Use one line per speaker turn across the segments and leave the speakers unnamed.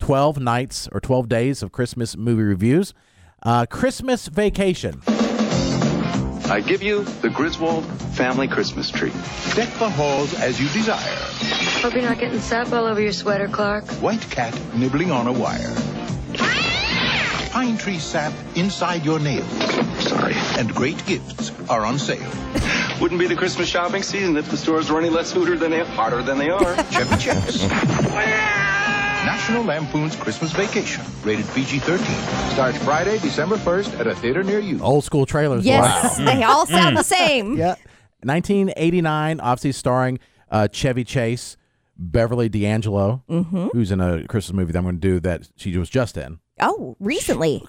12 nights or 12 days of Christmas movie reviews. Uh, Christmas Vacation.
I give you the Griswold family Christmas tree.
Deck the halls as you desire.
Hope you're not getting sap all over your sweater, Clark.
White cat nibbling on a wire. Pine tree sap inside your nail.
Sorry.
And great gifts are on sale.
Wouldn't be the Christmas shopping season if the stores were any less hooter than they harder than they are.
Chevy Chase. National Lampoon's Christmas Vacation, rated PG 13. Starts Friday, December 1st at a theater near you.
Old school trailers.
Yes, they all sound the same.
Yeah. 1989, obviously starring uh, Chevy Chase, Beverly D'Angelo,
Mm-hmm.
who's in a Christmas movie that I'm going to do that she was just in.
Oh, recently.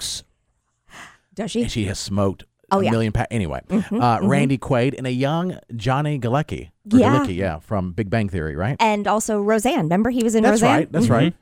Does she?
And she has smoked
Oh,
a
yeah. Mm-hmm.
million pounds. Anyway, uh, Randy Quaid and a young Johnny Galecki. Or
Yeah.
Galecki, yeah, from Big Bang Theory, right?
And also Roseanne. Remember he was in
That's
Roseanne?
right. That's right.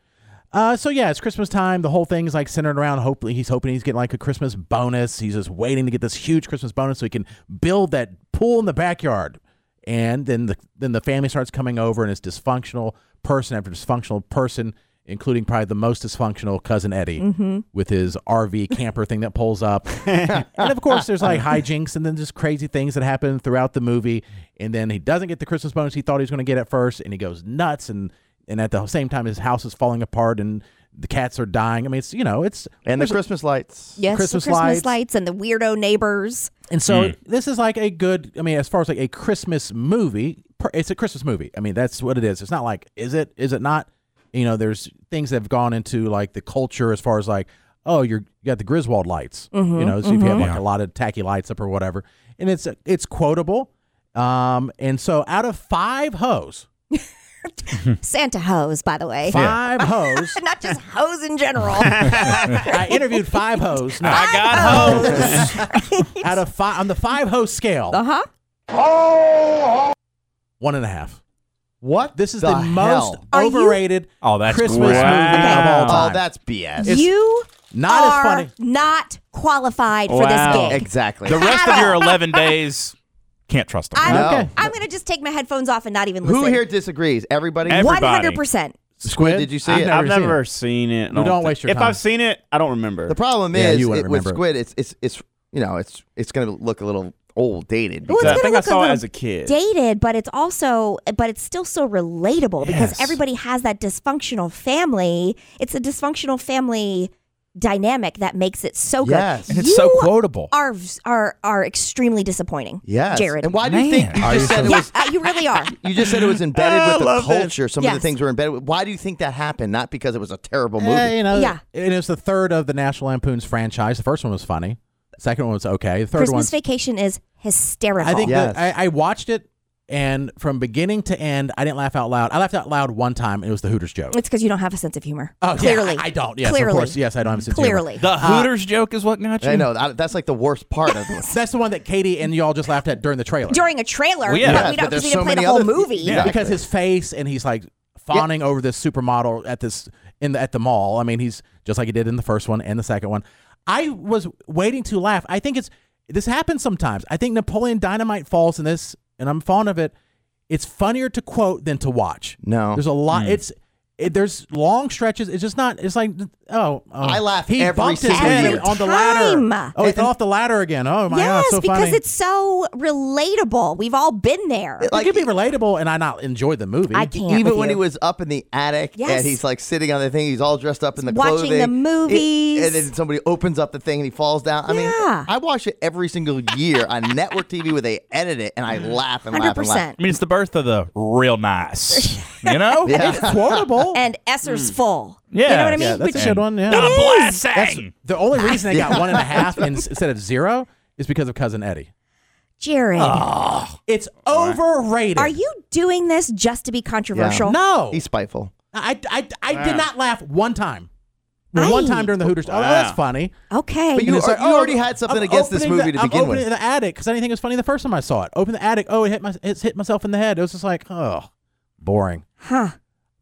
Uh, so yeah, it's Christmas time. The whole thing is like centered around. Hopefully, he's hoping he's getting like a Christmas bonus. He's just waiting to get this huge Christmas bonus so he can build that pool in the backyard. And then the then the family starts coming over, and it's dysfunctional person after dysfunctional person, including probably the most dysfunctional cousin Eddie
Mm-hmm.
with his RV camper thing that pulls up. and of course, there's like hijinks and then just crazy things that happen throughout the movie. And then he doesn't get the Christmas bonus he thought he was going to get at first, and he goes nuts and and at the same time his house is falling apart and the cats are dying. I mean, it's you know, it's
And the Christmas lights.
Yes,
Christmas
the Christmas
lights.
lights. and the weirdo neighbors.
and so this is like a good. I mean, as far as like a Christmas movie, per- it's a Christmas movie. I mean, that's what it is. It's not like is it? Is it not? You know, there's things that have gone into like the culture as far as like oh you're you got the Griswold lights.
Mm-hmm,
you know, so if you have like a lot of tacky lights up or whatever, and it's it's quotable. Um, and so out of five hoes,
Santa hose, by the way.
five hoes,
Not just hose in general.
I interviewed five hoes. No,
I got home.
out of five on the five host scale,
Uh huh.
one and a half.
What?
This is the,
the,
most
hell?
Are you-
overrated
Oh, that's
Christmas
great.
movie
Wow.
of all
Oh,
time.
that's BS.
You
not as
are
funny.
not qualified for
Wow.
this gig.
exactly.
The rest of your 11 days, can't trust them.
I'm,
No.
I'm going to just take my headphones off and not even listen.
Who here disagrees? Everybody?
Every- Everybody.
100%.
Squid?
Did you see
I've
it?
never
I've
seen
never
it.
seen it. I
You don't
thi-
waste your
If
time.
I've seen it, I don't remember.
The problem
Yeah,
is
you wouldn't
it, with
remember.
squid, it's it's it's you know it's it's gonna look a little old dated.
Well, it's
I
gonna
think I
look a
saw it
little
as a kid.
Dated, but it's also, but it's still so relatable because everybody has that dysfunctional family. It's a dysfunctional family dynamic that makes it so good.
Yes. And
it's so
You
quotable.
Are are are extremely disappointing.
yes.
Jared.
And why do you think you
Are
just
you
said
so-
it
yeah,
was?
uh, you really are.
You just said it was embedded
I
with the
love this.
culture. Some of
Yes. Uh,
the things were embedded. with. Why do you think that happened? Not because it was a terrible movie.
Eh, you know,
Yeah.
And it's the third of the National Lampoon's franchise. The first one was funny. The second one was okay. The third one,
Christmas Vacation is hysterical.
I think
Yes.
that I, I watched it, and from beginning to end, I didn't laugh out loud. I laughed out loud one time. and It was the Hooters joke.
it's because you don't have a sense of humor.
Oh, yeah,
clearly,
I- I don't. Yes, of
clearly.
course. Yes, I don't have a sense of humor.
Clearly,
the Hooters joke is what got you?
I know I- that's like the worst part of it.
That's the one that Katie and y'all just laughed at during the trailer.
during a trailer,
Well, yeah.
but
Yes,
we
but
don't because
there's
we
so
didn't play the
many
whole
other-
movie.
Yeah. Exactly.
because his face and he's like fawning over this supermodel at this in the at the mall. I mean, he's just like he did in the first one and the second one. I was waiting to laugh. I think it's this happens sometimes. I think Napoleon Dynamite falls in this, and I'm fond of it. It's funnier to quote than to watch.
No.
there's a lot. It's it, there's long stretches. It's just not. It's like oh, oh.
I laugh
He
every
bumped his
single
head
year.
on the
Every
ladder.
time.
Oh, he fell off the ladder again. Oh my god,
yes,
so
because
funny.
it's so relatable. We've all been there.
it could be relatable, and I not enjoy the movie.
I can't.
Even
with
when
you.
he was up in the attic
Yes.
and he's like sitting on the thing, he's all dressed up in the
Watching the
clothing. It-
movies.
and then somebody opens up the thing and he falls down. I
Yeah.
mean, I watch it every single year on network TV where they edit it, and I
Mm-hmm.
laugh and laugh and laugh.
100%.
I mean, it's the birth of the real nice. You know?
it's quotable.
And Esser's full. You
Yeah.
know what I mean?
Yeah,
that's a
Which-
good one, Mm. yeah.
The
It
blessing.
That's the only reason they got one and a half in, instead of zero is because of cousin Eddie.
Jared,
Ah. It's overrated.
are you doing this just to be controversial?
No,
He's spiteful.
I, I, I did not laugh one time.
Aye.
One time during the Hooters. Oh, that's funny.
Okay.
But
And
you,
it's
are,
like,
you
oh,
already had something
I'm
against this
opening
movie
the,
to begin
I'm opening
with.
the attic because I didn't think it was funny the first time I saw it. Open the attic. Oh, it hit my, it's hit myself in the head. It was just like, oh, boring.
huh.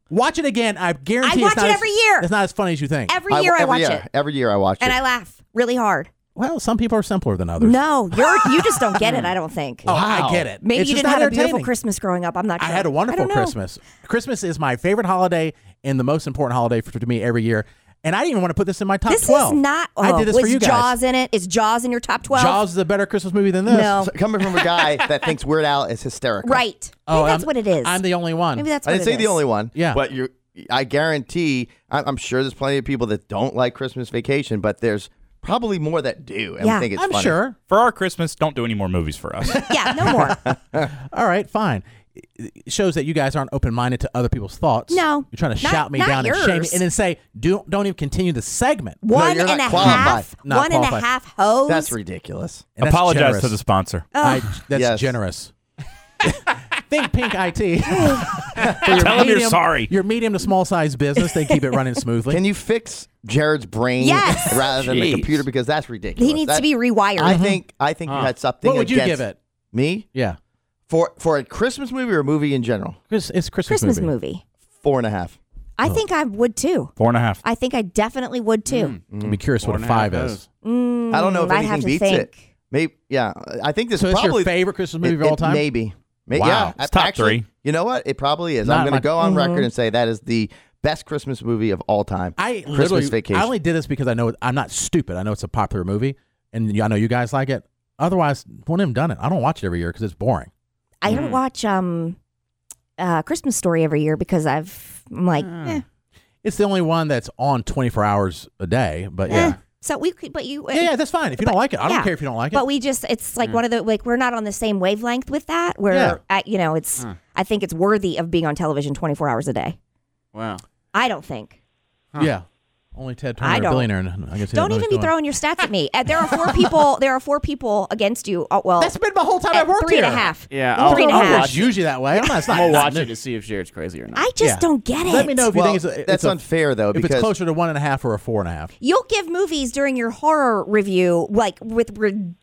Watch it again. I guarantee.
watch
it's not
it
as-
every year.
It's not as funny as you think.
Every year I, watch
year,
it.
Every year I watch
And
it.
I laugh really hard.
well, some people are simpler than others.
No, you're you just don't get it, I don't think.
Oh, I get it.
Maybe
It's
you
just
didn't
not
have a beautiful
entertaining.
Christmas growing up. I'm not sure.
I had a
don't
wonderful
know.
Christmas. Christmas is my favorite holiday, and the most important holiday for to me every year. And I didn't even want to put this in my top
This
twelve.
is not. Oh,
I did this
was
for you guys.
Jaws in it? Is Jaws in your top twelve?
Jaws is a better Christmas movie than this.
No.
So coming from a guy that thinks Weird Al is hysterical.
Right.
Oh,
Maybe that's
I'm-
what it is.
I'm the only one.
Maybe that's.
I
what
didn't
it
say the
is.
only one.
Yeah.
But you, I guarantee, I- I'm sure there's plenty of people that don't like Christmas Vacation, but there's probably more that do and
Yeah.
think it's
I'm
funny.
sure.
For our Christmas, don't do any more movies for us.
Yeah. No more.
All right, fine. It shows that you guys aren't open minded to other people's thoughts.
No.
you're trying to
Not-
shout me
not
down and shame me,
yours.
and then say, "Don't don't even continue the segment."
One
you're
and a half. One and
not
a half
qualified.
Not qualified.
hoes.
That's ridiculous.
And that's
Apologize
generous.
to the sponsor.
Oh.
I, that's
Yes.
generous. Think Pink IT. For your
Tell 'em you're sorry.
Your medium to small size business, they keep it running smoothly.
Can you fix Jared's brain
Yes.
rather than the
Jeez.
computer because that's ridiculous.
he needs
That-
to be rewired. Mm-hmm.
I think I think you had something.
what would you
against
give it?
Me
Yeah,
for for a Christmas movie or a movie in general?
Chris, it's a Christmas,
Christmas
movie. Oh.
movie.
Four and a half.
I think I would too.
Four and a half.
I think I definitely would too.
I'd
Mm.
be curious what a five is.
I don't know if
Mm, I'd
anything
have to
beats it.
think.
Maybe yeah. I think this
So it's
probably
your favorite Christmas movie
it-
of all
it
time?
Maybe. May-
Wow.
Yeah,
It's top
actually,
three.
You know what? It probably is.
Not
I'm going
my-
to go on
Mm-hmm.
record and say that is the best Christmas movie of all time.
I literally,
Christmas Vacation.
I only did this because I know I'm not stupid. I know it's a popular movie, and I know you guys like it. Otherwise, wouldn't have done it. I don't watch it every year because it's boring.
I
Mm.
don't watch um, uh, Christmas Story every year because I've I'm like,
Ah.
eh,
It's the only one that's on 24 hours a day. But
eh.
yeah,
So we could, but you,
yeah, yeah, that's fine. If you don't like it, I don't
yeah.
care if you don't like it. Mm.
But we just, it's like one of the like we're not on the same wavelength with that. Where
Yeah. Mm.
I, you know, it's I think it's worthy of being on television 24 hours a day.
Wow.
I don't think.
Yeah, only Ted Turner,
I
a
don't.
billionaire, and I guess he
Don't
know
even
he's
be
doing it.
throwing your stats at me. Uh, There are four people. There are four people against you. Oh, well,
That's been my whole time
at
I've worked
three
here.
and a half.
Yeah,
Three and a
I'll
half.
It's usually that way. I'm not. It's not
I'm gonna watch it to see if Jared's crazy or not.
I just
Yeah.
don't get it.
Let me know if you
Well,
think it's a, it's
that's
a-
unfair, though,
If it's
because-
closer to one and a half or a four and a half.
You'll give movies during your horror review like with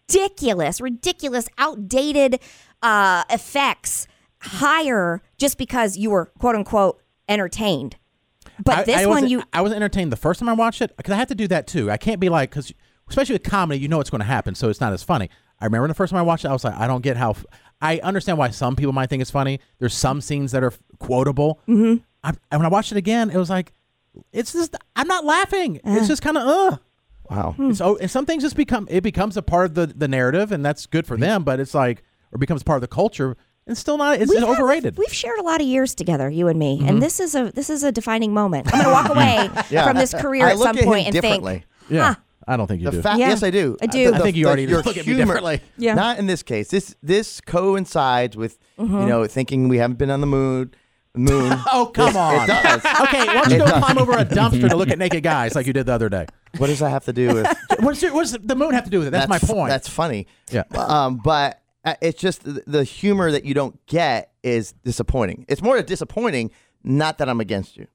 ridiculous, ridiculous, outdated uh, effects higher just because you were quote unquote entertained. But
I,
this
I
one,
wasn't-
you
I was entertained the first time I watched it because I had to do that too. I can't be like because especially with comedy, you know what's going to happen, so it's not as funny. I remember the first time I watched it, I was like, I don't get how. F- I understand why some people might think it's funny. There's some scenes that are f- quotable. Mm-hmm. I, and when I watched it again, it was like, it's just I'm not laughing. It's just kind of uh.
wow.
Hmm.
So and some things just become it becomes a part of the the narrative, and that's good for them. But it's like or becomes part of the culture, and still not. It's,
We've
it's
had-
overrated. Mm-hmm.
We've shared a lot of years together, you and me, and this is a this is a defining moment. I'm going to walk away
Yeah.
from this career
I
at
look
some
at him
point and
differently.
think,
yeah, I don't think you
The
do.
fact,
Yeah.
yes, I do.
I do.
The-
I
the-
think you already
the- your
look at me
humor-
differently.
Yeah.
Not in this case. This this coincides with
Mm-hmm.
you know thinking we haven't been on the moon. Moon.
Oh come on.
It does.
Okay, why don't you go climb over a dumpster to look at naked guys like you did the other day?
what does that have to do with?
What's, your, what's the moon have to do with it? That's, my point.
That's funny.
Yeah.
Um, but uh, it's just the, the humor that you don't get is disappointing. It's more disappointing. Not that I'm against you.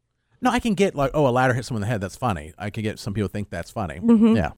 no, I can get like, oh, a ladder hit someone in the head. That's funny. I can get some people think that's funny. Yeah,